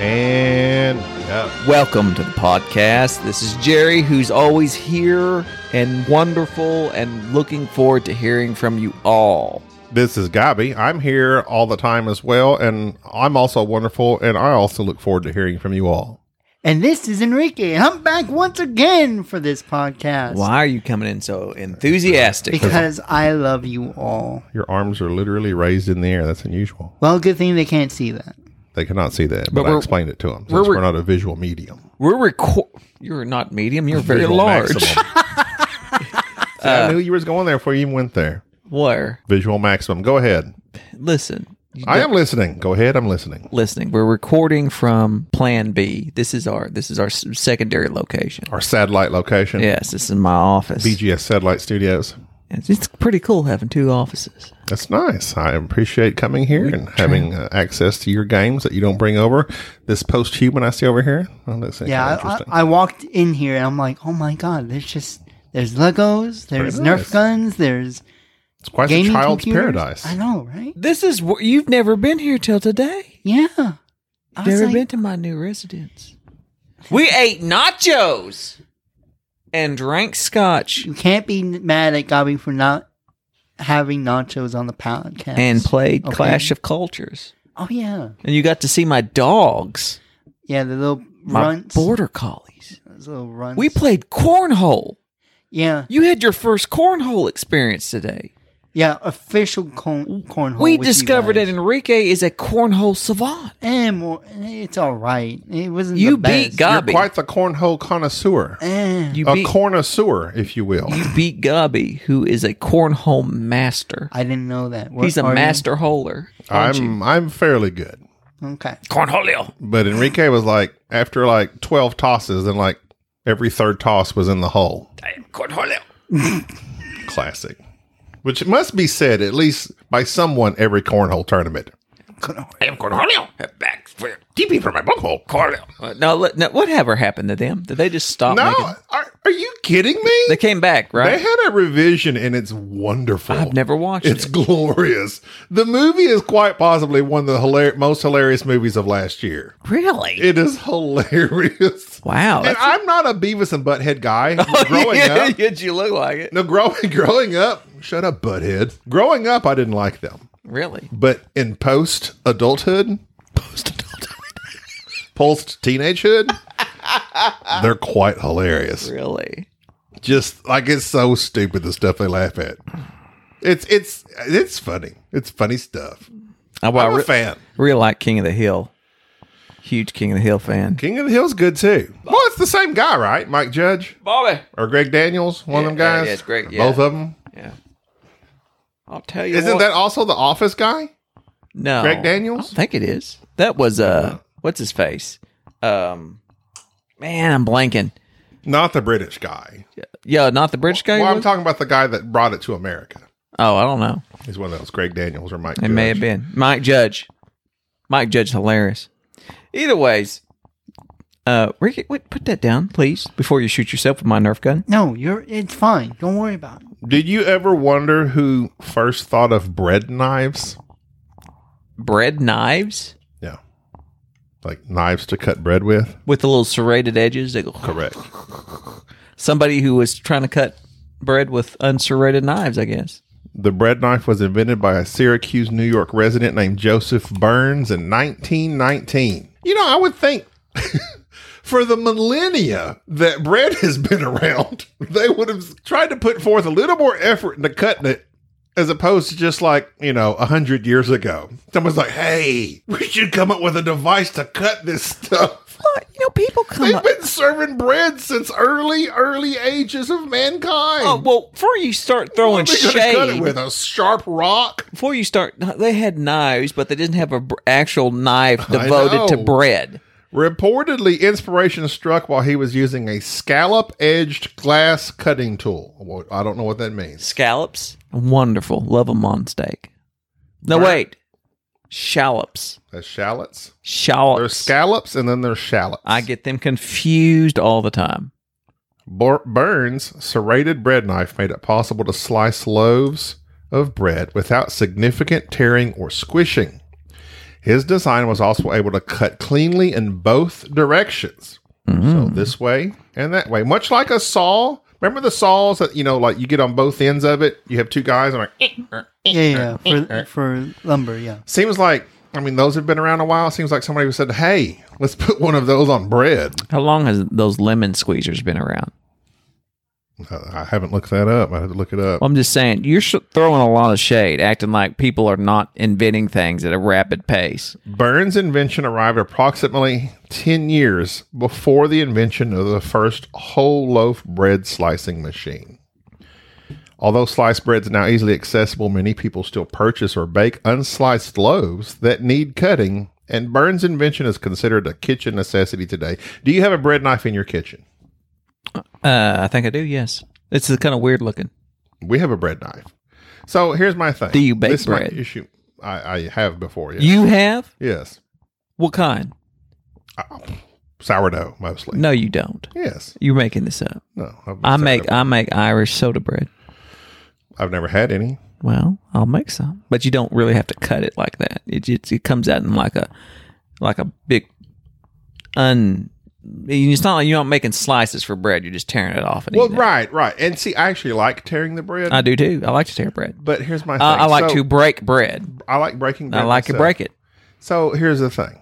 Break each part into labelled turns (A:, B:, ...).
A: And yeah,
B: Welcome to the podcast. This is Jerry, who's always here and wonderful and looking forward to hearing from you all.
A: this is Gabby. I'm here all the time as well, and I'm also wonderful, and I also look forward to hearing from you all.
C: And this is Enrique, and I'm back once again for this podcast.
B: Why are you coming in so enthusiastic?
C: Because I love you all.
A: Your arms are literally raised in the air. That's unusual.
C: Well, good thing they can't see that.
A: They cannot see that, but,
B: But
A: I
B: we're-
A: explained it to them since
B: we're-
A: we're, not a visual medium.
B: We're record. You're not medium. You're very
A: Visual
B: large.
A: maximum. See, I knew you was going there before you even went there.
B: Where?
A: Visual maximum. Go ahead.
B: Listen. You
A: I
B: don't-
A: am listening. Go ahead. I'm listening.
B: listening. We're recording from Plan B. This is our this is our s- secondary location.
A: Our satellite location,
B: Yes, this is my office.
A: BGS Satellite Studios.
B: It's, it's pretty cool having two offices.
A: That's nice. I appreciate coming here and having uh, access to your games that you don't bring over. This post human I see over here. Well, that's
C: Yeah,
A: kinda
C: I,
A: interesting.
C: I, I walked in here and I'm like, oh my god, there's just there's Legos, there's
A: Very
C: Nerf
A: nice.
C: guns, there's
A: it's quite a
C: gaming
A: child's
C: computers.
A: paradise.
C: I know, right?
B: This is wh- you've never been here till today.
C: Yeah. I was
B: Never
C: like,
B: been to my new residence. We ate nachos and drank scotch
C: You can't be mad at Gabi for not having nachos on the podcast.
B: and played
C: Okay.
B: Clash of Cultures.
C: oh yeah,
B: And you got to see my dogs,
C: yeah, the little
B: my
C: runts,
B: border collies.
C: those little runts.
B: We played cornhole.
C: yeah,
B: You had your first cornhole experience today.
C: yeah, official corn cornhole.
B: we
C: with you
B: discovered
C: guys.
B: that Enrique is a cornhole savant.
C: Eh, more, eh, it's all right. It wasn't
B: You
C: the
B: beat
C: best.
A: You're
B: Gobby.
A: quite the cornhole connoisseur.
C: Eh,
B: You
A: a
B: beat
A: connoisseur, if you will.
B: you beat Gubby, who is a cornhole master.
C: I didn't know that. What
B: He's a
C: are you?
B: master holer. aren't you?
A: I'm I'm fairly good.
C: Okay.
B: cornholio.
A: But Enrique was like after like twelve tosses, then like every third toss was in the hole.
B: I am cornholio.
A: Classic. Which must be said at least by someone every cornhole tournament.
B: I am cornholio. Back for TP for my
A: bunghole.
B: Cornholio. Uh, now, let- now, whatever happened to them? Did they just stop?
A: No,
B: making-
A: are, are you kidding me?
B: they came back,
A: They
B: right?
A: had a revision and it's wonderful.
B: I've never watched
A: It's
B: it.
A: glorious. The movie is quite possibly one of the hilar- most hilarious movies of last year.
B: Really?
A: It is hilarious.
B: wow.
A: and
B: that's- Oh,
A: I'm not a Beavis and Butthead guy. growing
B: yeah,
A: up,
B: yeah, you look like it.
A: no, growing growing up. Shut up, Butthead. Growing up, I didn't like them,
B: Really?
A: but in post adulthood, post teenagehood, they're quite hilarious.
B: Really?
A: just like it's so stupid the stuff they laugh at. It's it's it's funny. It's funny stuff.
B: I, Oh, well,
A: I'm
B: I
A: a
B: re-
A: fan.
B: really like King of the Hill. Huge King of the Hill fan.
A: King of the Hill's good too. Well, it's the same guy, right? Mike Judge
B: Bobby.
A: or Greg Daniels, one of them
B: Yeah, yeah,
A: guys.
B: it's Greg, yeah.
A: Both of them.
B: Yeah. I'll tell you.
A: Isn't
B: what-
A: that also the Office guy?
B: no
A: Greg Daniels?
B: I think it is. That was uh, what's his face? Um, man, I'm blanking.
A: Not the British guy.
B: Yeah, not the British guy.
A: Well,
B: he
A: I'm
B: was?
A: talking about the guy that brought it to America.
B: oh, I don't know.
A: He's one of those Greg Daniels or Mike.
B: It may have been Mike Judge. Mike Judge, hilarious. Either ways, uh, Ricky, wait, put that down, please, before you shoot yourself with my Nerf gun.
C: No, you're. It's fine. Don't worry about it.
A: Did you ever wonder who first thought of bread knives?
B: Bread knives
A: Yeah, like knives to cut bread with.
B: with the little serrated edges. They go.
A: Correct.
B: Somebody who was trying to cut bread with unserrated knives, I guess.
A: The bread knife was invented by a Syracuse, New York resident named Joseph Burns in 1919. You know, I would think for the millennia that bread has been around, they would have tried to put forth a little more effort into cutting it as opposed to just like, you know, a hundred years ago. Someone's like, hey, we should come up with a device to cut this stuff.
B: Well, you know, people come
A: They've
B: up.
A: been serving bread since early, early ages of mankind.
B: Oh, well, before you start
A: What
B: throwing
A: are they gonna cut it
B: shade,
A: with a sharp rock.
B: before you start, they had knives, but they didn't have an actual knife
A: I
B: devoted to
A: know.
B: bread.
A: Reportedly, inspiration struck while he was using a scallop edged glass cutting tool. Well, I don't know what that means.
B: Scallops, wonderful, love them on steak. No,
A: Right.
B: wait, shallops,
A: There's shallots. There's
B: shallops.
A: scallops and then there's shallots.
B: I get them confused all the time.
A: Bur- Burns' serrated bread knife made it possible to slice loaves of bread without significant tearing or squishing. His design was also able to cut cleanly in both directions. So
B: Mm.
A: this way and that way. Much like a saw. Remember the saws that, you know, like you get on both ends of it? You have two guys and like, "Eh."
C: Yeah, yeah, for for lumber, yeah.
A: seems like, I mean, those have been around a while. Seems like somebody said, hey, let's put one of those on bread.
B: How long has those lemon squeezers been around?
A: Uh, I I haven't looked that up. I had to look it up.
B: Well, I'm just saying, you're sh- throwing a lot of shade, acting like people are not inventing things at a rapid pace.
A: Burns' invention arrived approximately 10 years before the invention of the first whole loaf bread slicing machine. Although sliced bread is now easily accessible, many people still purchase or bake unsliced loaves that need cutting, and Burns' invention is considered a kitchen necessity today. Do you have a bread knife in your kitchen?
B: Uh, I think I do. Yes, it's kind of weird looking.
A: We have a bread knife. So here's my thing.
B: Do you bake
A: this is my
B: bread?
A: issue I, I have before. Yes.
B: You have
A: yes.
B: what kind?
A: Sourdough mostly.
B: No, you don't.
A: Yes.
B: You're making this up.
A: No. I've
B: I make I make Irish soda bread.
A: I've never had any.
B: Well, I'll make some, but you don't really have to cut it like that. It it, it comes out in like a like a big un. It's not like you're not making slices for bread. You're just tearing it off and
A: Well,
B: eating it.
A: right, right. And see, I actually like tearing the bread,
B: I do too. I like to tear bread.
A: but here's my thing.
B: I, I like
A: So,
B: to break bread.
A: I like breaking bread.
B: I like to
A: myself.
B: break it.
A: So here's the thing.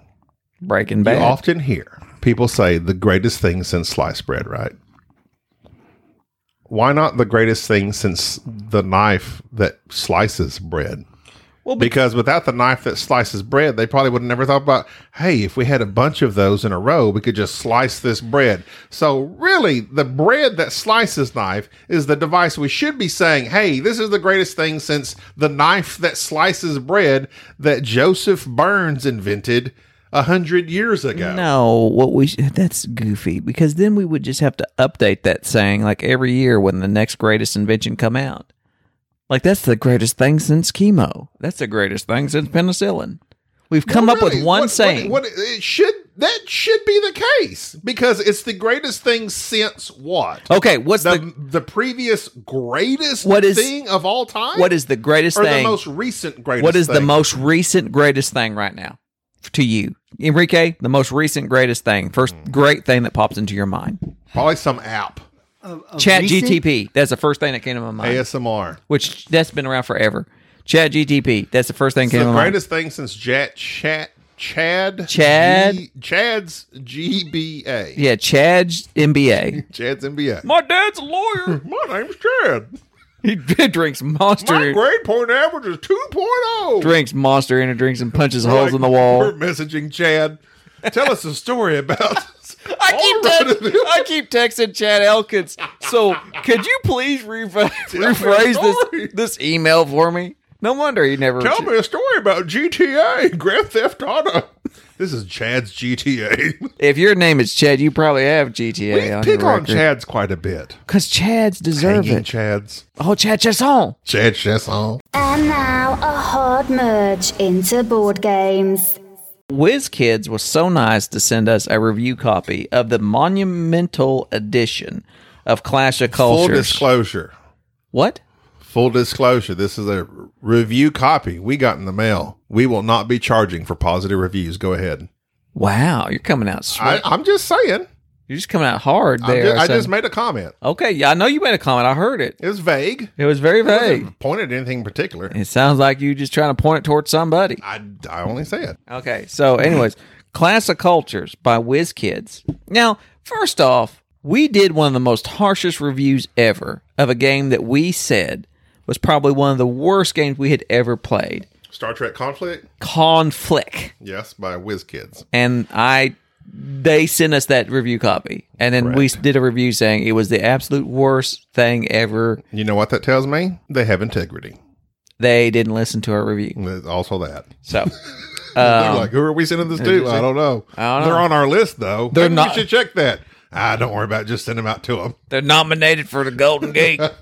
B: Breaking
A: You
B: bad.
A: often hear people say the greatest thing since sliced bread, right? Why not the greatest thing since the knife that slices bread?
B: Well, be-
A: because without the knife that slices bread, they probably would have never thought about, hey, if we had a bunch of those in a row, we could just slice this bread. So, really, the bread that slices knife is the device we should be saying, hey, this is the greatest thing since the knife that slices bread that Joseph Burns invented a hundred years ago.
B: No, what we sh- that's goofy because then we would just have to update that saying like every year when the next greatest invention come out. Like that's the greatest thing since chemo. That's the greatest thing since penicillin. We've come up
A: Really,
B: with one
A: what- what-
B: saying.
A: What, it should that should be the case because it's the greatest thing since what?
B: okay, what's the,
A: the, the previous greatest
B: What is-
A: thing of all time?
B: what is the greatest
A: or
B: thing?
A: the most recent greatest?
B: what is the
A: thing?
B: most recent greatest thing right now to you, Enrique? The most recent greatest thing, first
A: Hmm.
B: great thing that pops into your mind.
A: probably some app
C: Of- of
B: Chat
C: recent-
B: GTP. That's the first thing that came to my mind.
A: ASMR?
B: which that's been around forever. Chat GTP. That's the first thing that came
A: the
B: to my mind.
A: greatest thing since Jet Chat Chad
B: Chad?
A: G- Chad's GBA
B: Yeah, Chad MBA.
A: Chad's MBA.
B: My dad's a lawyer.
A: My name's Chad.
B: he drinks
A: My
B: monster,
A: grade point average is 2.0.
B: drinks monster energy drinks and punches
A: We're
B: holes
A: like,
B: in the
A: We're
B: wall.
A: messaging Chad. Tell us a story about.
B: I keep
A: Oh,
B: text, I keep texting Chad Elkins. So could you please rephrase, rephrase
A: story.
B: this this email for me? No wonder he never.
A: Tell me a story about GTA Grand Theft Auto. This is Chad's GTA.
B: If your name is Chad, you probably have GTA.
A: We
B: on
A: pick
B: your
A: on Chad's quite a bit.
B: because Chad's deserve
A: Hanging
B: it.
A: Chad's.
B: Oh, Chad Chasson.
A: Chad Chesson.
D: And now a hard merge into board games.
B: Whiz Kids was so nice to send us a review copy of the monumental edition of Clash of
A: Full
B: Cultures.
A: disclosure.
B: what?
A: Full disclosure. This is a review copy we got in the mail. We will not be charging for positive reviews. Go ahead.
B: Wow, you're coming out sweet.
A: I, I'm just saying.
B: You're just coming out hard
A: I
B: there.
A: ju- I
B: so-
A: just made a comment.
B: okay, yeah, I know you made a comment. I heard it.
A: It was vague.
B: It was very
A: It
B: vague.
A: wasn't pointed at anything in particular.
B: It sounds like you just trying to point it towards somebody.
A: I, I only said
B: Okay, so anyways, Class of Cultures by WizKids. Now, first off, we did one of the most harshest reviews ever of a game that we said was probably one of the worst games we had ever played.
A: Star Trek Conflict.
B: Conflict.
A: Yes, by WizKids.
B: And I they sent us that review copy. And then we did a review saying it was the absolute worst thing ever.
A: You know what that tells me? They have integrity.
B: They didn't listen to our review.
A: There's also that.
B: So
A: They're like, who are we sending this to? I don't know.
B: Um, I don't
A: They're
B: know.
A: on our list though.
B: They're
A: Maybe
B: not-
A: We should check that. Ah, don't worry about. It. Just send them out to them.
B: they're nominated for the Golden Geek.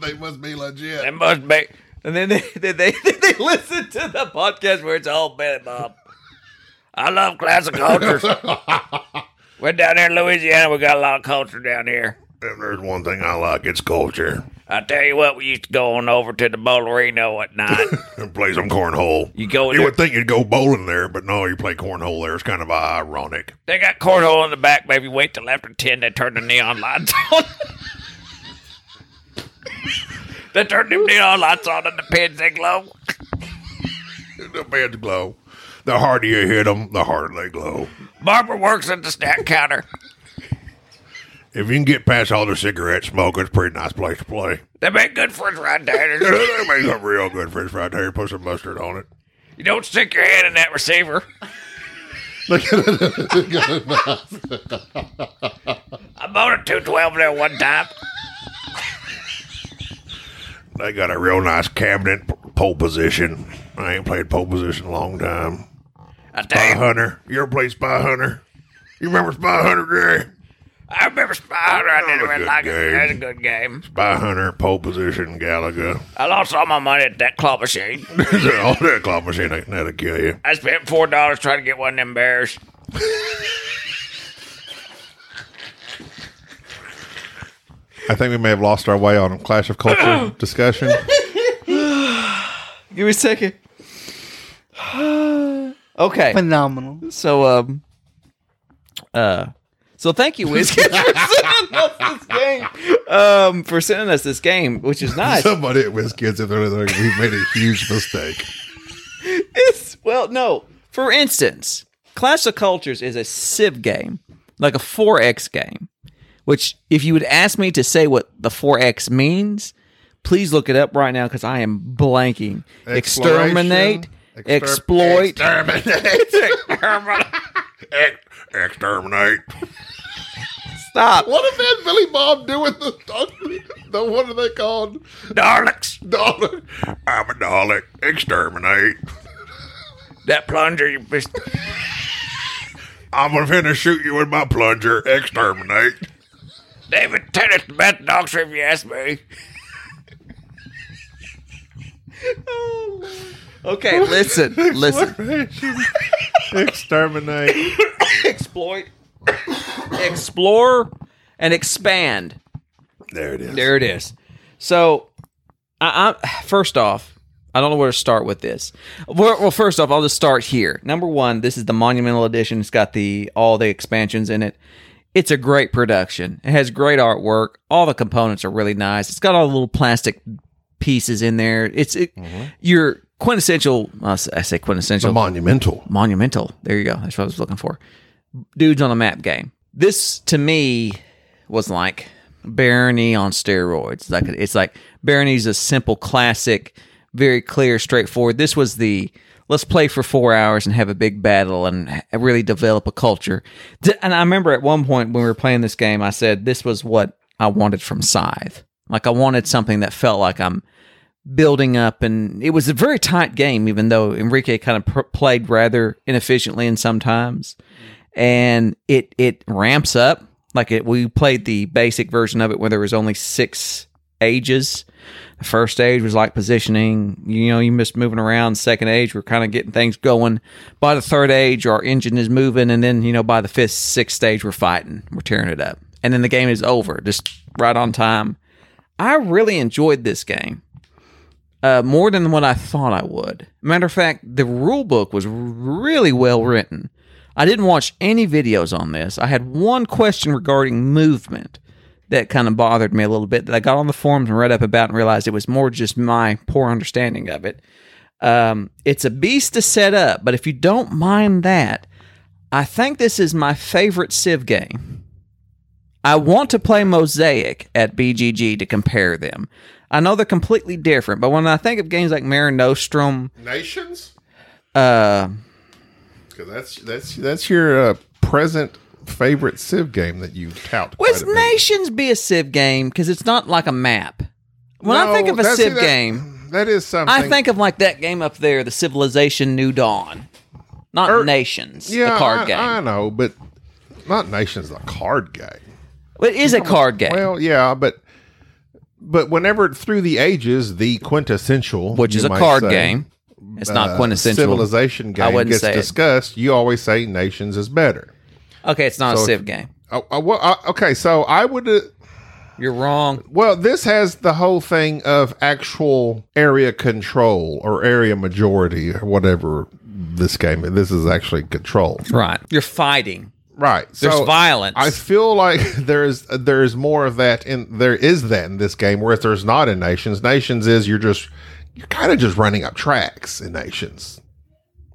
A: They must be legit.
B: It must be. And then they they, they, they listen to the podcast where it's all Billy Bob. I love classic cultures. We're down here in Louisiana. We got a lot of culture down here.
A: If there's one thing I like, it's culture.
B: I tell you what, we used to go on over to the Bolorino at night.
A: And play some cornhole.
B: You go in
A: You
B: there.
A: would think you'd go bowling there, but no, you play cornhole there. It's kind of ironic.
B: They got cornhole in the back, baby. Wait till after 10, they turn the neon lights on. they turn them neon lights on and the pins they glow.
A: The beds glow. The harder you hit them, the harder they glow.
B: Barbara works at the snack counter.
A: If you can get past all the cigarette smoke, it's a pretty nice place to play.
B: They make good friends right there.
A: they make some real good french fry there. Put some mustard on it.
B: You don't stick your hand in that receiver. I bought a 212 there one time.
A: They got a real nice cabinet p- pole position. I ain't played pole position in a long time.
B: I
A: Spy
B: tell you,
A: Hunter. You ever played Spy Hunter? You remember Spy Hunter, Jerry?
B: I remember Spider.
A: That
B: I
A: was
B: didn't
A: a
B: really
A: good
B: like
A: game.
B: it. That's a good game.
A: Spy Hunter, pole position, Galaga.
B: I lost all my money at that claw machine.
A: all that claw machine ain't that'll kill you.
B: I spent four dollars trying to get one of them bears.
A: I think we may have lost our way on a Clash of Culture discussion.
B: Give me a second. okay.
C: Phenomenal.
B: So um uh so thank you, WizKids, for sending us this game. Um for sending us this game, which is nice.
A: Somebody at WizKids, if they're like, we've made a huge mistake.
B: It's well, no. For instance, Clash of Cultures is a Civ game, like a 4X game. Which, if you would ask me to say what the 4X means, please look it up right now because I am blanking. Exterminate,
A: Exploration, exter-
B: exploit,
A: Exterminate. Ex- exterminate.
B: stop.
A: What if that Billy Bob doing the, the what are they called?
B: Darlings,
A: Dalek. I'm a Dalek. Exterminate.
B: that plunger you missed.
A: I'm gonna shoot you with my plunger. Exterminate.
B: David Tennant's the best doctor if you ask me. okay, listen, listen.
A: Exterminate.
B: exploit, explore, and expand.
A: There it is.
B: There it is. So, I, I first off, I don't know where to start with this. Well, well, first off, I'll just start here. Number one, this is the monumental edition. It's got the all the expansions in it. It's a great production. It has great artwork. All the components are really nice. It's got all the little plastic pieces in there. It's it,
A: Mm-hmm.
B: your quintessential. I s- I say quintessential
A: monumental.
B: monumental. There you go. That's what I was looking for. Dudes on a map game. This to me was like Barony on steroids. Like it's like Barony's a simple classic, very clear, straightforward. This was the let's play for four hours and have a big battle and ha- really develop a culture. D- And I remember at one point when we were playing this game, I said this was what I wanted from Scythe. Like I wanted something that felt like I'm building up and it was a very tight game even though enrique kind of pr- played rather inefficiently and sometimes and it it ramps up like it we played the basic version of it where there was only six ages the first stage was like positioning you know you missed moving around second age we're kind of getting things going by the third age our engine is moving and then you know by the fifth sixth stage we're fighting we're tearing it up and then the game is over just right on time i really enjoyed this game uh, more than what I thought I would. Matter of fact, the rule book was really well written. I didn't watch any videos on this. I had one question regarding movement that kind of bothered me a little bit that I got on the forums and read up about and realized it was more just my poor understanding of it. Um, it's a beast to set up, but if you don't mind that, I think this is my favorite Civ game. I want to play Mosaic at BGG to compare them. I know they're completely different, but when I think of games like Mare Nostrum,
A: Nations?
B: uh,
A: Because that's that's that's your uh, present favorite Civ game that you tout. quite
B: Would
A: a bit.
B: Nations be a Civ game? Because it's not like a map. When I
A: No,
B: think of a
A: that's-
B: Civ
A: that-
B: game,
A: that is something.
B: I think of like that game up there, the Civilization New Dawn, not Nations,
A: Er, yeah,
B: the card
A: I,
B: game.
A: I know, but not Nations, the card game.
B: But it is a card game,
A: Well, yeah, but but whenever through the ages, the quintessential,
B: which
A: you
B: is a
A: might
B: card
A: say,
B: game. It's
A: uh,
B: not quintessential.
A: civilization
B: I
A: game
B: wouldn't
A: gets
B: say it.
A: discussed, you always say Nations is better.
B: Okay, it's not
A: So
B: a
A: if-
B: Civ game.
A: Oh, oh, well, I- okay, so I would. Uh,
B: You're wrong.
A: well, this has the whole thing of actual area control or area majority or whatever this game. This is actually control,
B: Right. You're fighting.
A: right?
B: There's violence.
A: I feel like there's there's more of that in there is that in this game, whereas there's not in Nations. Nations is you're just you're kind of just running up tracks in Nations,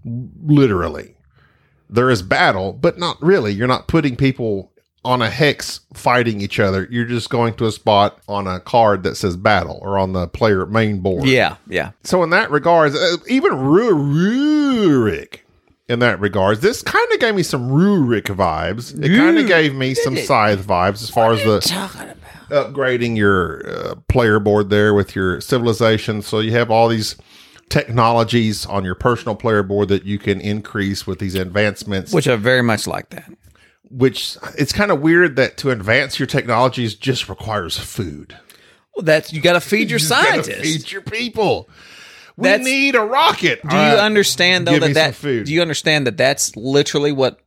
A: literally. There is battle, but not really. You're not putting people on a hex fighting each other. You're just going to a spot on a card that says battle or on the player main board.
B: yeah, yeah.
A: So in that regards, uh, even Ru- Rurik, in that regards, this kind of gave me some Rurik vibes. It kind of gave me some Scythe vibes as far as the
B: Talking about.
A: upgrading your uh, player board there with your civilization. So you have all these technologies on your personal player board that you can increase with these advancements. Which,
B: Which I very much like that.
A: it's kind of weird that to advance your technologies just requires food.
B: Well, that's you got to feed your
A: You just gotta
B: scientists.
A: feed your people. We
B: That's-
A: need a rocket. Uh,
B: Do you understand though
A: give
B: that
A: me some
B: that
A: food.
B: do you understand that that's literally what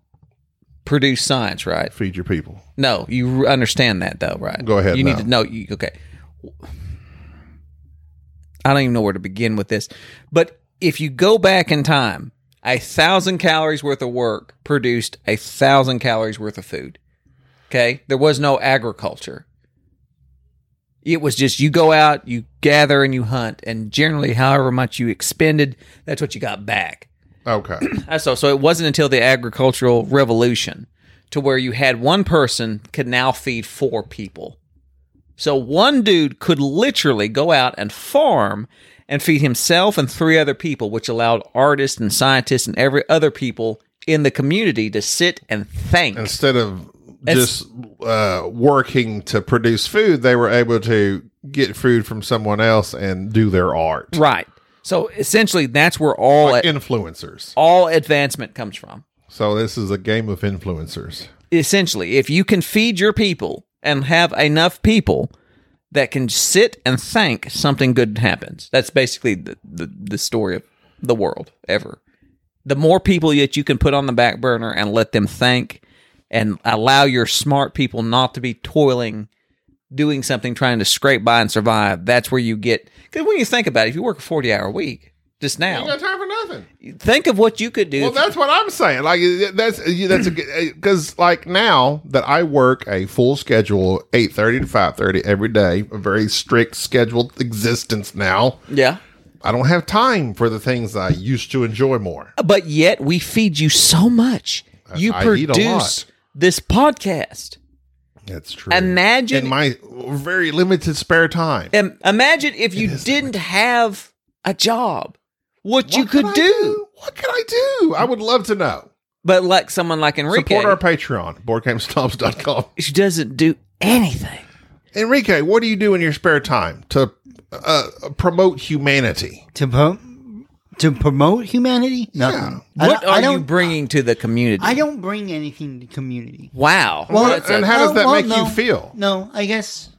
B: produced science, right?
A: feed your people?
B: No, you r- understand that though, right?
A: Go ahead
B: You
A: now.
B: need to know. You, okay, I don't even know where to begin with this, but if you go back in time, a thousand calories worth of work produced a thousand calories worth of food. Okay, there was no agriculture. It was just you go out, you gather, and you hunt, and generally, however much you expended, that's what you got back.
A: Okay.
B: I saw. So it wasn't until the agricultural revolution to where you had one person could now feed four people. So one dude could literally go out and farm and feed himself and three other people, which allowed artists and scientists and every other people in the community to sit and think.
A: instead of
B: It's-
A: just uh, working to produce food, they were able to get food from someone else and do their art.
B: right. So essentially, that's where all
A: Like influencers.
B: all advancement comes from.
A: So this is a game of influencers.
B: essentially, if you can feed your people and have enough people that can sit and think, something good happens. That's basically the, the, the story of the world ever. The more people that you can put on the back burner and let them think and allow your smart people not to be toiling, doing something, trying to scrape by and survive, that's where you get. Because when you think about it, if you work a 40 hour week, just
A: You
B: now.
A: got time for nothing.
B: Think of what you could do.
A: Well,
B: if you-
A: that's what I'm saying. Like that's that's because like now that I work a full schedule, eight thirty to five thirty every day, a very strict scheduled existence. Now
B: yeah.
A: I don't have time for the things I used to enjoy more.
B: but yet we feed you so much. You
A: I eat a
B: produce
A: lot.
B: this podcast.
A: That's true.
B: Imagine,
A: in my very limited spare time.
B: im- imagine if you didn't have a job, what, you could do.
A: I What could I do? I would love to know.
B: But like someone like Enrique,
A: Support our Patreon, boardgamesnobs.com.
B: she doesn't do anything.
A: Enrique, what do you do in your spare time to uh, promote humanity?
C: To pro- to promote humanity? Nothing. I
B: What
C: don't- I
B: are you
C: don't,
B: bringing to the community?
C: I don't bring anything to community.
B: Wow.
C: Well,
B: That's a-
A: and how does that
C: well,
A: make
C: no.
A: you feel?
C: No, I guess.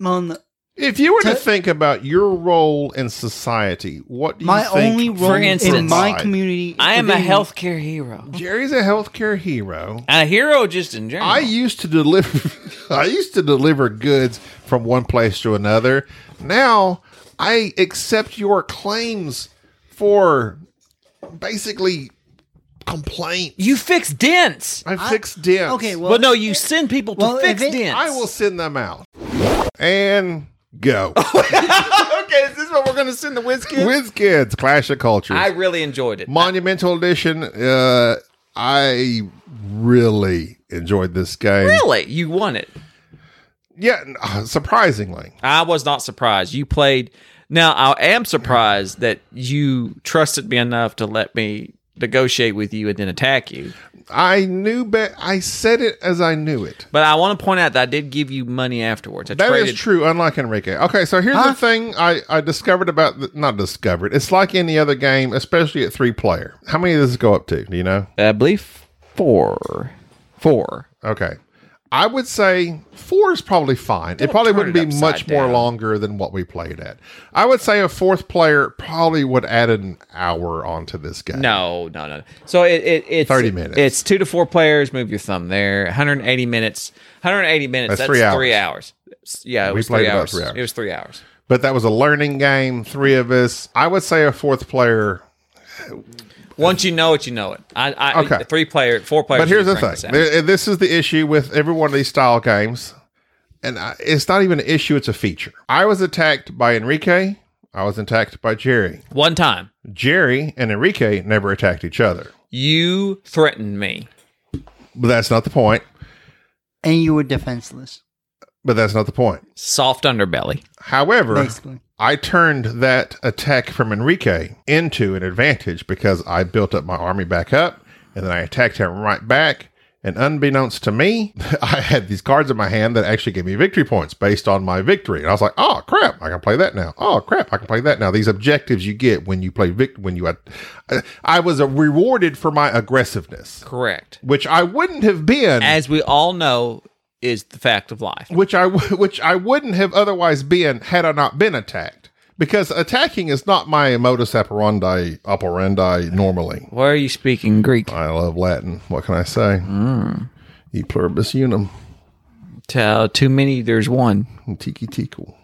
C: Well, no,
A: If you were to
C: To-
A: think about your role in society, what do you
C: my
A: think?
C: only role
B: for instance-
C: in my
A: Right.
C: community.
B: I am a
C: within-
B: healthcare hero.
A: Jerry's a healthcare hero.
B: A hero just in general.
A: I used to deliver I used to deliver goods from one place to another. Now I accept your claims for basically complaint.
B: You fix dents.
A: I fixed dents.
C: Okay, well,
B: Well, no, you send people to
C: well,
B: fix
C: if it-
B: dents.
A: I will send them out. And go.
B: okay, is this what we're going to send the whiskey?
A: With kids, Clash of Cultures.
B: I really enjoyed it.
A: Monumental Edition. Uh, I really enjoyed this game.
B: really, you won it.
A: Yeah, n- uh, surprisingly.
B: I was not surprised. You played. Now I am surprised that you trusted me enough to let me negotiate with you and then attack you.
A: I knew bet I said it as I knew it.
B: But I want to point out that I did give you money afterwards. I
A: That is
B: traded-
A: true, unlike Enrique. Okay, so here's the thing I, I discovered about the, not discovered. It's like any other game, especially at three player. How many does this go up to? Do you know?
B: I believe four, four.
A: Okay. I would say four is probably fine. it probably
B: turn
A: wouldn't
B: it
A: be
B: upside
A: much more
B: down.
A: longer than what we played at. I would say a fourth player probably would add an hour onto this game.
B: No, no, no. So it, it it's
A: 30 minutes.
B: It's two to four players. Move your thumb there. 180 minutes. 180 minutes. That's,
A: That's
B: three,
A: three
B: hours. Yeah, it
A: We
B: was
A: played
B: three
A: about
B: hours.
A: three hours.
B: It was three hours.
A: But that was a learning game, three of us. I would say a fourth player.
B: Once you know it, you know it. I, I
A: Okay.
B: Three player, four players.
A: But here's
B: you
A: the
B: bring this
A: thing.
B: out.
A: There- This is the issue with every one of these style games. And I, it's not even an issue, it's a feature. I was attacked by Enrique. I was attacked by Jerry.
B: One time
A: Jerry and Enrique never attacked each other.
B: you threatened me.
A: But that's not the point.
C: and you were defenseless,
A: But that's not the point.
B: Soft underbelly.
A: However,
C: basically.
A: I turned that attack from Enrique into an advantage because I built up my army back up and then I attacked him right back. And unbeknownst to me, I had these cards in my hand that actually gave me victory points based on my victory. And I was like, oh crap, I can play that now. Oh crap, I can play that now. These objectives you get when you play vict when you, I, I was uh, rewarded for my aggressiveness,
B: Correct.
A: which I wouldn't have been
B: As we all know, is the fact of life.
A: which I w- which I wouldn't have otherwise been had I not been attacked. Because attacking is not my modus operandi operandi normally.
B: Why are you speaking Greek?
A: I love Latin. What can I say? E pluribus unum,
B: Tell too many. There's one.
A: tiki tico,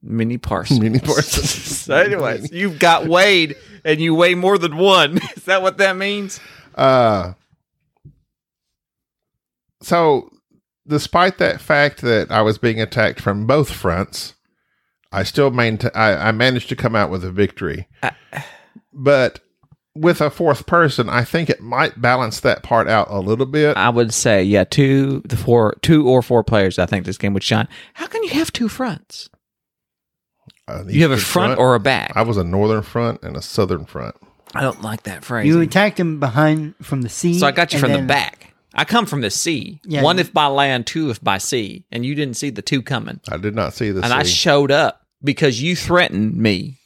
B: Mini parcel.
A: mini person.
B: So anyways, you've got weighed and you weigh more than one. Is that what that means?
A: Uh, so, despite that fact that I was being attacked from both fronts, I still maintain. I, I managed to come out with a victory, but with a fourth person, I think it might balance that part out a little bit.
B: I would say, yeah, two the four two or four players, I think this game would shine. How can you have two fronts?
A: Uh,
B: You have a
A: eastern
B: front, or a back.
A: I was a northern front and a southern front.
B: I don't like that phrase.
C: You attacked him behind from the sea.
B: so I got you
C: and
B: from the
C: then-
B: back. I come from the sea.
C: Yeah,
B: one
C: you-
B: if by land, two if by sea, and you didn't see the two coming.
A: I did not see this.
B: and I showed up because you threatened me.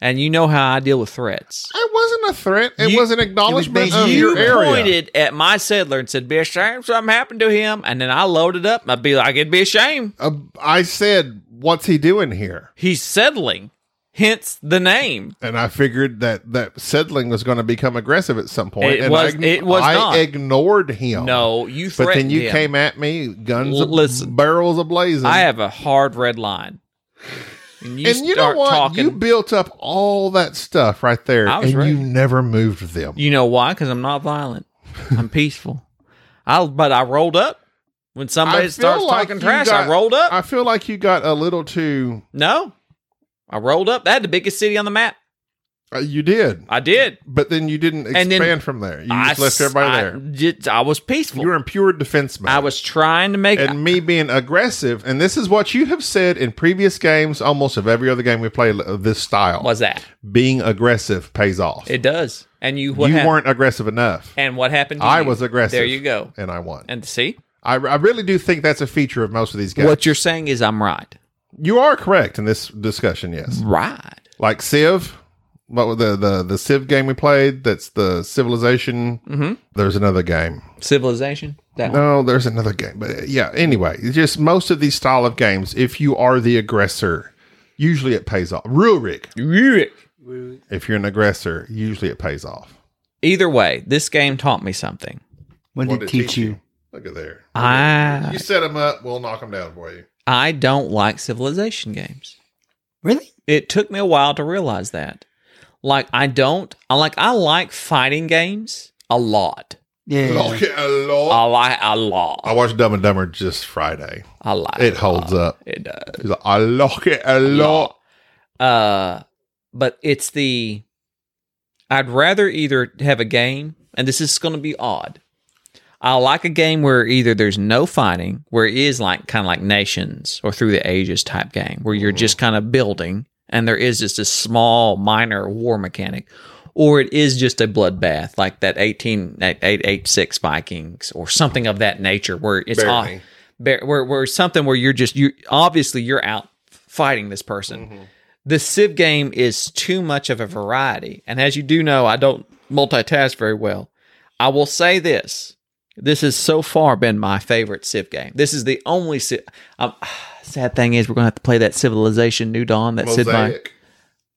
B: And you know how I deal with threats.
A: it wasn't a threat. It
B: You-
A: was an acknowledgement
C: based-
A: of
C: you
A: your area.
B: pointed at my settler and said, "Be ashamed something happened to him." And then I loaded up. and I'd be like, "It'd be ashamed."
A: Uh, I said, "What's he doing here?"
B: He's settling, hence the name.
A: and I figured that that settling was going to become aggressive at some point.
B: It
A: and
B: was-
A: I, ign-
B: it was
A: I
B: not.
A: ignored him.
B: No, you
A: but
B: threatened
A: then you
B: him.
A: came at me, guns,
B: L- listen.
A: listen, barrels ablazing.
B: I have a hard red line, and you
A: and you know
B: start
A: what?
B: talking.
A: You
B: You,
A: built up all that stuff right there,
B: I was
A: and
B: right.
A: you never moved them.
B: know why? Because I'm not violent. I'm peaceful. I but I rolled up when somebody
A: feel
B: starts
A: like
B: talking
A: you
B: trash. I
A: got-
B: rolled up.
A: I feel like you got a little too.
B: no, I rolled up. That had the biggest city on the map.
A: Uh, you did,
B: I did.
A: but then you didn't
B: And
A: expand
B: then
A: from there. You
B: I
A: just left everybody
B: I,
A: there.
B: did- I was peaceful.
A: You were in pure defense mode.
B: I was trying to make
A: and me being aggressive, and this is what you have said in previous games, almost of every other game we play of this style.
B: was that
A: being aggressive pays off.
B: it does, and you what
A: you
B: hap-
A: weren't aggressive enough,
B: And what happened? to
A: I
B: you?
A: was aggressive.
B: There you go.
A: and I won.
B: And see,
A: I, I really do think that's a feature of most of these games.
B: what you're saying is I'm right.
A: you are correct in this discussion, yes.
B: Right.
A: Like Civ, what was the the the Civ game we played? That's the Civilization. Mm-hmm. There's another game.
B: Civilization. That one.
A: No, Oh, there's another game. But uh, yeah, anyway, it's just most of these style of games, if you are the aggressor, usually it pays off. Rurik,
B: Yuck.
A: if you're an aggressor, usually it pays off.
B: Either way, this game taught me something.
C: What did it teach, you?
A: Look at there.
B: I
A: You set them up, we'll knock them down for you.
B: I don't like civilization games.
C: Really?
B: It took me a while to realize that. Like I don't I like I like fighting games. a lot.
C: Oh, Yeah.
A: Okay, a lot.
B: I like a
A: I
B: lot.
A: watched Dumb and Dumber just Friday.
B: I like
A: It holds up.
B: It uh, does.
A: He's like, I like it a lot.
B: Uh, but it's the. I'd rather either have a game, and this is going to be odd. I like a game where either there's no fighting, where it is like kind of like Nations or Through the Ages type game, where you're just kind of building, and there is just a small minor war mechanic, or it is just a bloodbath like that 18886 Vikings or something of that nature, where it's odd
A: Barely.
B: bear, where, where something where you're just you obviously you're out fighting this person. The Civ game is too much of a variety, and as you do know, I don't multitask very well. I will say this: this has so far been my favorite Civ game. This is the only Civ. Um, sad thing is, we're gonna have to play that Civilization New Dawn. That Civ. Mine.
A: Mosaic.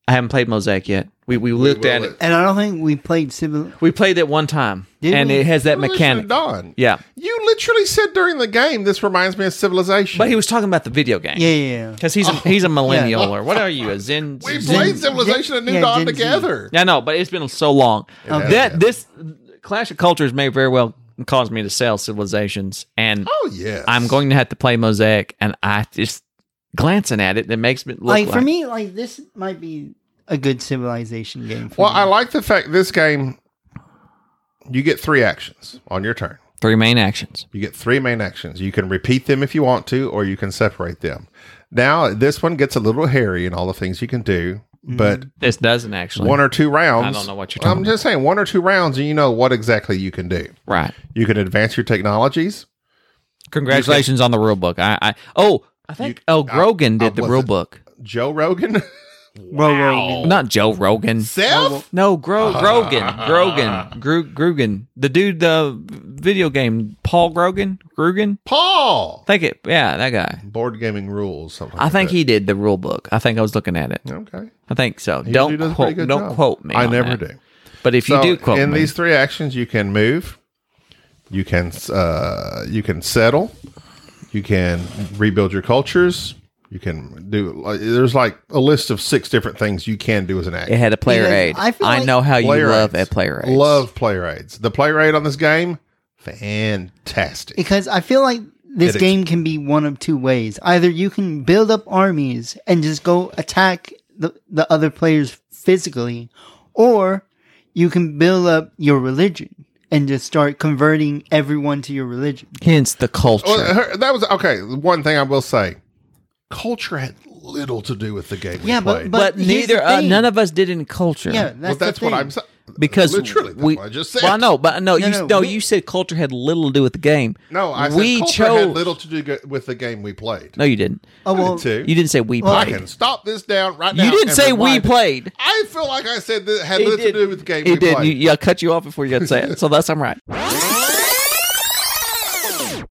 B: I haven't played Mosaic yet. We we looked
A: will
B: at
A: at-
B: it.
C: And I don't think we played Civil.
B: We played it one time,
C: Did
B: and
C: we?
B: it has that mechanic.
A: Don.
B: Yeah,
A: You literally said during the game, this reminds me of Civilization.
B: but he was talking about the video game.
C: Yeah, yeah, yeah.
B: Because he's a, he's a millennial or what are you a Zen?
A: Oh. we
B: Zen-
A: played Civilization and New
C: yeah,
A: Dawn
C: Gen Z.
A: together.
B: I know, but it's been so long.
C: Okay.
B: That this Clash of Cultures may very well cause me to sell Civilizations, and
A: Oh, yes.
B: I'm going to have to play Mosaic. And I just glancing at it, it makes me look
C: Like,
B: like,
C: for me, like this might be a good civilization game. For
A: Well, I
C: me.
A: like the fact this game, you get three actions on your turn.
B: three main actions.
A: You get three main actions. You can repeat them if you want to, or you can separate them. Now, this one gets a little hairy in all the things you can do, but
B: This doesn't actually
A: one or two rounds.
B: I don't know what you're
A: I'm
B: talking
A: just saying, one or two rounds, and you know what exactly you can do.
B: right.
A: You can advance your technologies.
B: Congratulations on the rule book. I, I oh I think oh Grogan did the
A: was
B: rule
A: it-
B: book,
A: Joe Rogan,
C: Well, well,
A: Oh.
B: not Joe Rogan.
A: Seth,
B: No, Gro- Grogan, Grogan, Gro- Grogan, the dude, the video game, Paul Grogan, Grogan.
A: Paul.
B: Think it, yeah, that guy.
A: Board gaming rules. Something.
B: I
A: like
B: think
A: that.
B: he did the rule book. I think I was looking at it.
A: Okay.
B: I think so.
A: He
B: don't
A: usually does a pretty
B: quote,
A: good
B: don't
A: job.
B: quote me.
A: I
B: on
A: never
B: that.
A: do.
B: But if
A: So,
B: you do quote
A: in
B: me,
A: these three actions, you can move, you can uh, you can settle, you can rebuild your cultures, you can do. Like, there's like a list of six different things you can do as an
B: it
A: action.
B: had a player
C: Because
B: aid. I,
C: I feel like-
B: know how you
A: Player
B: love
A: aids.
B: a player aid.
A: Love player aids. The player aid on this game, fantastic.
C: because I feel like this
A: It ex-
C: game can be one of two ways. Either you can build up armies and just go attack the, the other players physically, or you can build up your religion and just start converting everyone to your religion.
B: Hence the culture.
A: Well, uh, her- that was okay. One thing I will say, culture had little to do with the game. we
C: Yeah, but-
A: played.
B: but
C: but- here's
B: neither
C: the
B: uh,
C: thing.
B: none of us did in culture.
C: Yeah, that's,
A: Well,
C: the
A: that's what
C: thing.
A: I'm saying.
B: because
A: literally, that's
B: we,
A: what I just said.
B: Well, I know, but no,
C: No,
B: you
C: no,
B: no,
C: we-
B: you said culture had little to do with the game.
A: No, I said
B: we
A: culture
B: chose.
A: had little to do go- with the game we played.
B: no, you didn't.
C: Oh, well,
A: Too.
B: You didn't say we
C: Well,
A: I
B: played.
A: can stop this down right now.
B: You didn't
A: and
B: say we
A: rewind it.
B: played.
A: I feel like I said that had little to do with the game
B: It
A: we
B: did. You,
A: played.
B: yeah, I cut you off before you got said. So that's I'm right.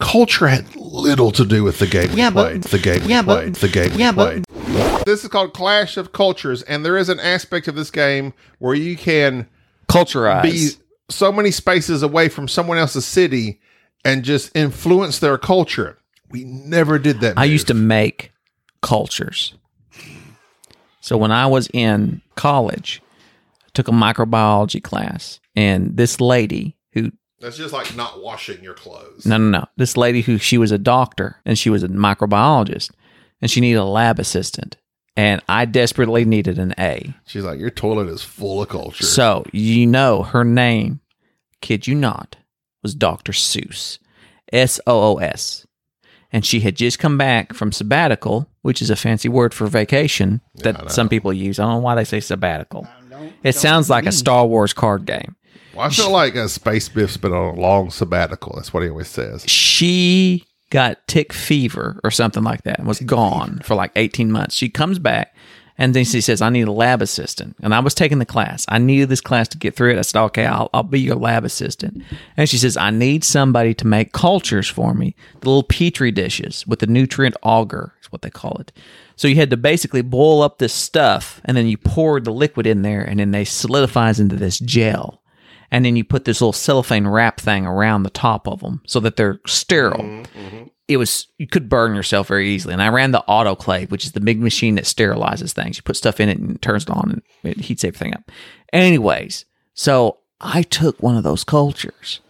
A: Culture had little to do with the game we
C: Yeah, but-
A: played. The game we
C: yeah, but-
A: played. The game we
C: yeah,
A: played.
C: but-
A: This is called Clash of Cultures, and there is an aspect of this game where you can
B: Culturized.
A: be so many spaces away from someone else's city and just influence their culture. We never did that.
B: I
A: move.
B: used to make cultures. So when I was in college, I took a microbiology class, and this lady who
A: That's just like not washing your clothes.
B: No, no, no. This lady who she was a doctor and she was a microbiologist and she needed a lab assistant. And I desperately needed an A.
A: She's like, your toilet is full of culture.
B: So, you know, her name, kid you not, was Dr. Seuss, S O O S. And she had just come back from sabbatical, which is a fancy word for vacation that some people use. I don't know why they say sabbatical. It sounds like a Star Wars card game.
A: Well, I feel like a space biff's been on a long sabbatical. That's what he always says.
B: she got tick fever or something like that and was gone for like 18 months. She comes back and then she says, I need a lab assistant. And I was taking the class. I needed this class to get through it. I said, okay, I'll, I'll be your lab assistant. And she says, I need somebody to make cultures for me, the little petri dishes with the nutrient auger is what they call it. So you had to basically boil up this stuff and then you poured the liquid in there and then they solidifies into this gel and then you put this little cellophane wrap thing around the top of them so that they're sterile. It was you could burn yourself very easily, and I ran the autoclave, which is the big machine that sterilizes things. You put stuff in it and it turns it on, and it heats everything up. Anyways, so I took one of those cultures.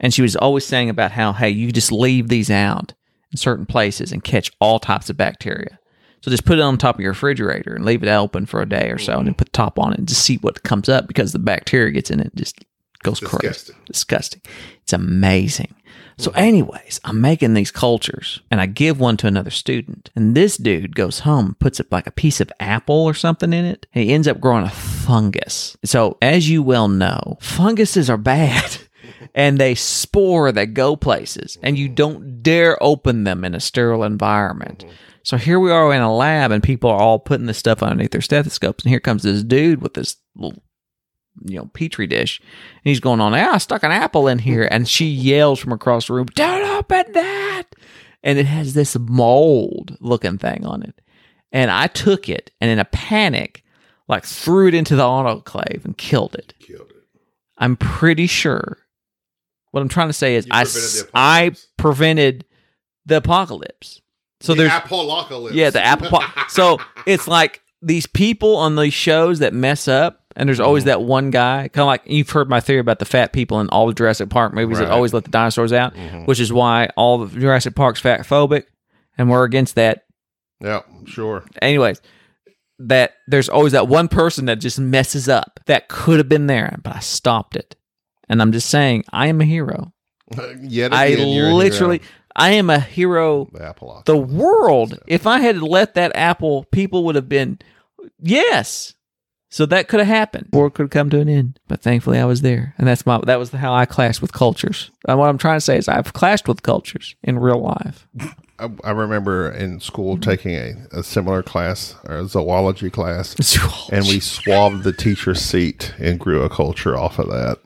B: And she was always saying about how, hey, you just leave these out in certain places and catch all types of bacteria. So just put it on top of your refrigerator and leave it open for a day or so and then put the top on it and just see what comes up because the bacteria gets in it and just goes
A: Disgusting.
B: crazy. Disgusting. It's amazing. So, anyways, I'm making these cultures and I give one to another student. And this dude goes home, puts up like a piece of apple or something in it. And he ends up growing a fungus. So, as you well know, funguses are bad. and they spore that go places and you don't dare open them in a sterile environment so here we are in a lab and people are all putting this stuff underneath their stethoscopes and here comes this dude with this little you know petri dish and he's going on ah, i stuck an apple in here and she yells from across the room don't open that and it has this mold looking thing on it and i took it and in a panic like threw it into the autoclave and killed it
A: Killed it.
B: I'm pretty sure. What I'm trying to say is
A: You
B: I
A: prevented the apocalypse.
B: s- I prevented the apocalypse. So
A: the
B: there's
A: apolocalypse.
B: yeah the apple. po- so it's like these people on these shows that mess up, and there's always that one guy. Kind of like you've heard my theory about the fat people in all the Jurassic Park movies that
A: Right. Mm-hmm.
B: always let the dinosaurs out, which is why all of Jurassic Park's fat phobic, and we're against that
A: Yeah, sure.
B: anyways that there's always that one person that just messes up that could have been there but i stopped it and i'm just saying i am a hero
A: Yet
B: i
A: again, you're a hero.
B: literally i am a hero
A: the apolocalypse.
B: the world if i had let that apple people would have been yes so that could have happened or it could have come to an end but thankfully i was there and that's my that was how i clashed with cultures and what i'm trying to say is i've clashed with cultures in real life
A: I, I remember in school taking a, a similar class, a zoology class, and we swabbed the teacher's seat and grew a culture off of that.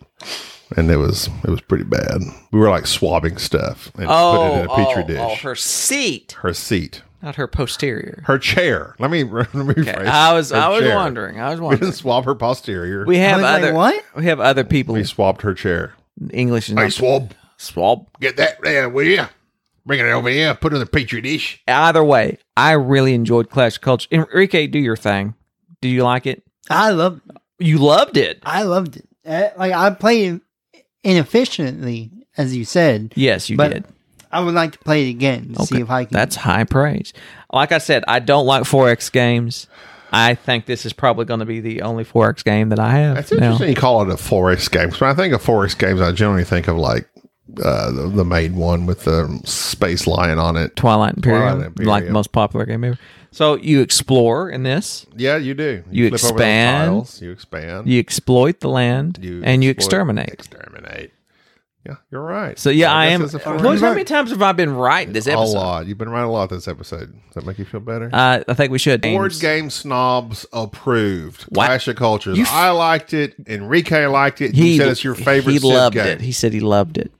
A: And it was it was pretty bad. We were like swabbing stuff and put it in a petri
B: oh,
A: dish.
B: oh,
A: her-,
B: her seat
A: seat,
B: not her posterior
A: her chair. Let me let me rephrase.
B: I was
A: Her
B: I was
A: chair.
B: wondering. I was
A: We
B: wondering.
A: didn't swab her posterior.
B: We have
C: I was like,
B: other
C: "What?"
B: We have other people
A: we swabbed her chair.
B: English and
A: Hey, swab,
B: swab.
A: get that there, will you? Bring it over here. Put it in the petri dish.
B: Either way, I really enjoyed Clash of Culture. Enrique, do your thing. Do you like it?
C: I loved
B: You loved it.
C: I loved it. Eh, Like I play inefficiently, as you said.
B: Yes, you
C: But
B: did.
C: I would like to play it again to see
B: Okay.
C: if I can.
B: That's high praise. Like I said, I don't like 4X games. I think this is probably going to be the only 4X game that I have.
A: That's
B: now.
A: interesting. You call it a forex games. When I think of forex games, I generally think of like uh, the, the main one with the space lion on it.
B: Twilight Imperium,
A: Twilight Imperium.
B: like the most popular game ever. So you explore in this,
A: Yeah, you do.
B: You
A: flip over those
B: expand.
A: tiles, you expand.
B: you exploit the land, and
A: exploit-
B: you exterminate.
A: Exterminate. Yeah, you're right.
B: So yeah, I,
A: guess
B: am.
A: it's a
B: Boys,
A: forex
C: Well,
A: game.
B: how many times have I been right this
A: a
B: episode?
A: lot. You've been right a lot this episode. Does that make you feel better?
B: Uh, I think we should.
A: Board
B: Games.
A: game snobs approved.
B: What?
A: Clash of Cultures.
B: You f-
A: I liked it. Enrique liked it. He, said it's your favorite.
B: He
A: Civ
B: loved
A: game.
B: it. He said he loved it.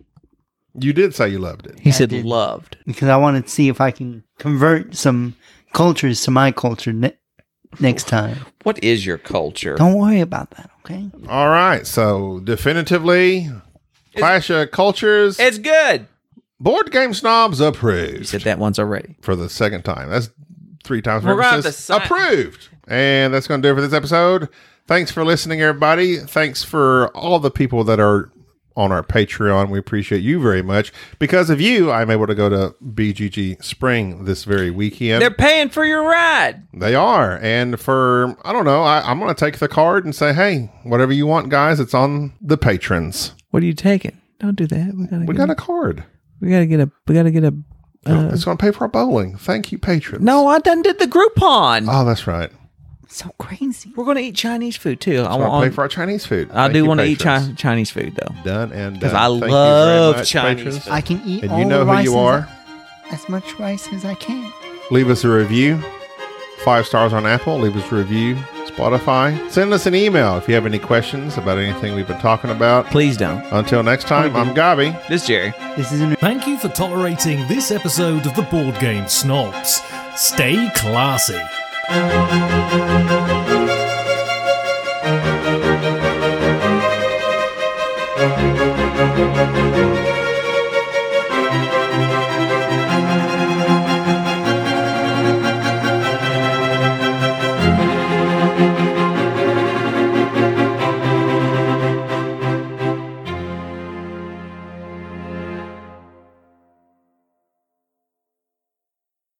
A: you did say you loved it.
B: He
C: I
B: said
C: did.
B: loved.
C: because I want to see if I can convert some cultures to my culture ne- next time.
B: What is your culture?
C: Don't worry about that, okay?
A: All right. So definitively, Clash of Cultures.
B: It's good.
A: board game snobs
B: You said
A: approved
B: that once already.
A: for the second time. That's three times.
B: We're
A: Remember,
B: on
A: it says
B: the side.
A: approved. And that's going to do it for this episode. Thanks for listening, everybody. Thanks for all the people that are on our Patreon. We appreciate you very much. Because of you, I'm able to go to BGG Spring this very weekend.
B: They're paying for your ride.
A: They are. And for, I don't know, I, I'm going to take the card and say, hey, whatever you want, guys, it's on the patrons.
B: What are you taking? Don't do that. We gotta.
A: We
B: get,
A: got a card.
B: we gotta get a. We gotta get a. Uh,
A: it's going to pay for our bowling. Thank you, patrons.
B: no, I done did the Groupon.
A: Oh, that's right.
C: So crazy.
B: We're gonna eat Chinese food too. I
A: I want to pay
B: want.
A: for our Chinese food.
B: I
A: Thank
B: do
A: you,
B: want to eat
A: patrons.
B: Chi- Chinese food though.
A: Done and done.
B: 'Cause I
A: Thank you very
B: love
A: much,
B: Chinese
A: patrons.
C: I can eat
A: And
C: all
A: you know
C: the
A: who
C: rice
A: you
C: as-
A: are.
C: as much rice as I can.
A: Leave us a review. Five stars on Apple. Leave us a review. Spotify. Send us an email if you have any questions about anything we've been talking about.
B: Please don't.
A: Until next time, I'm Gabi.
B: This Jerry.
C: This is an
E: Thank you for tolerating this episode of the Board Game Snobs. Stay classy.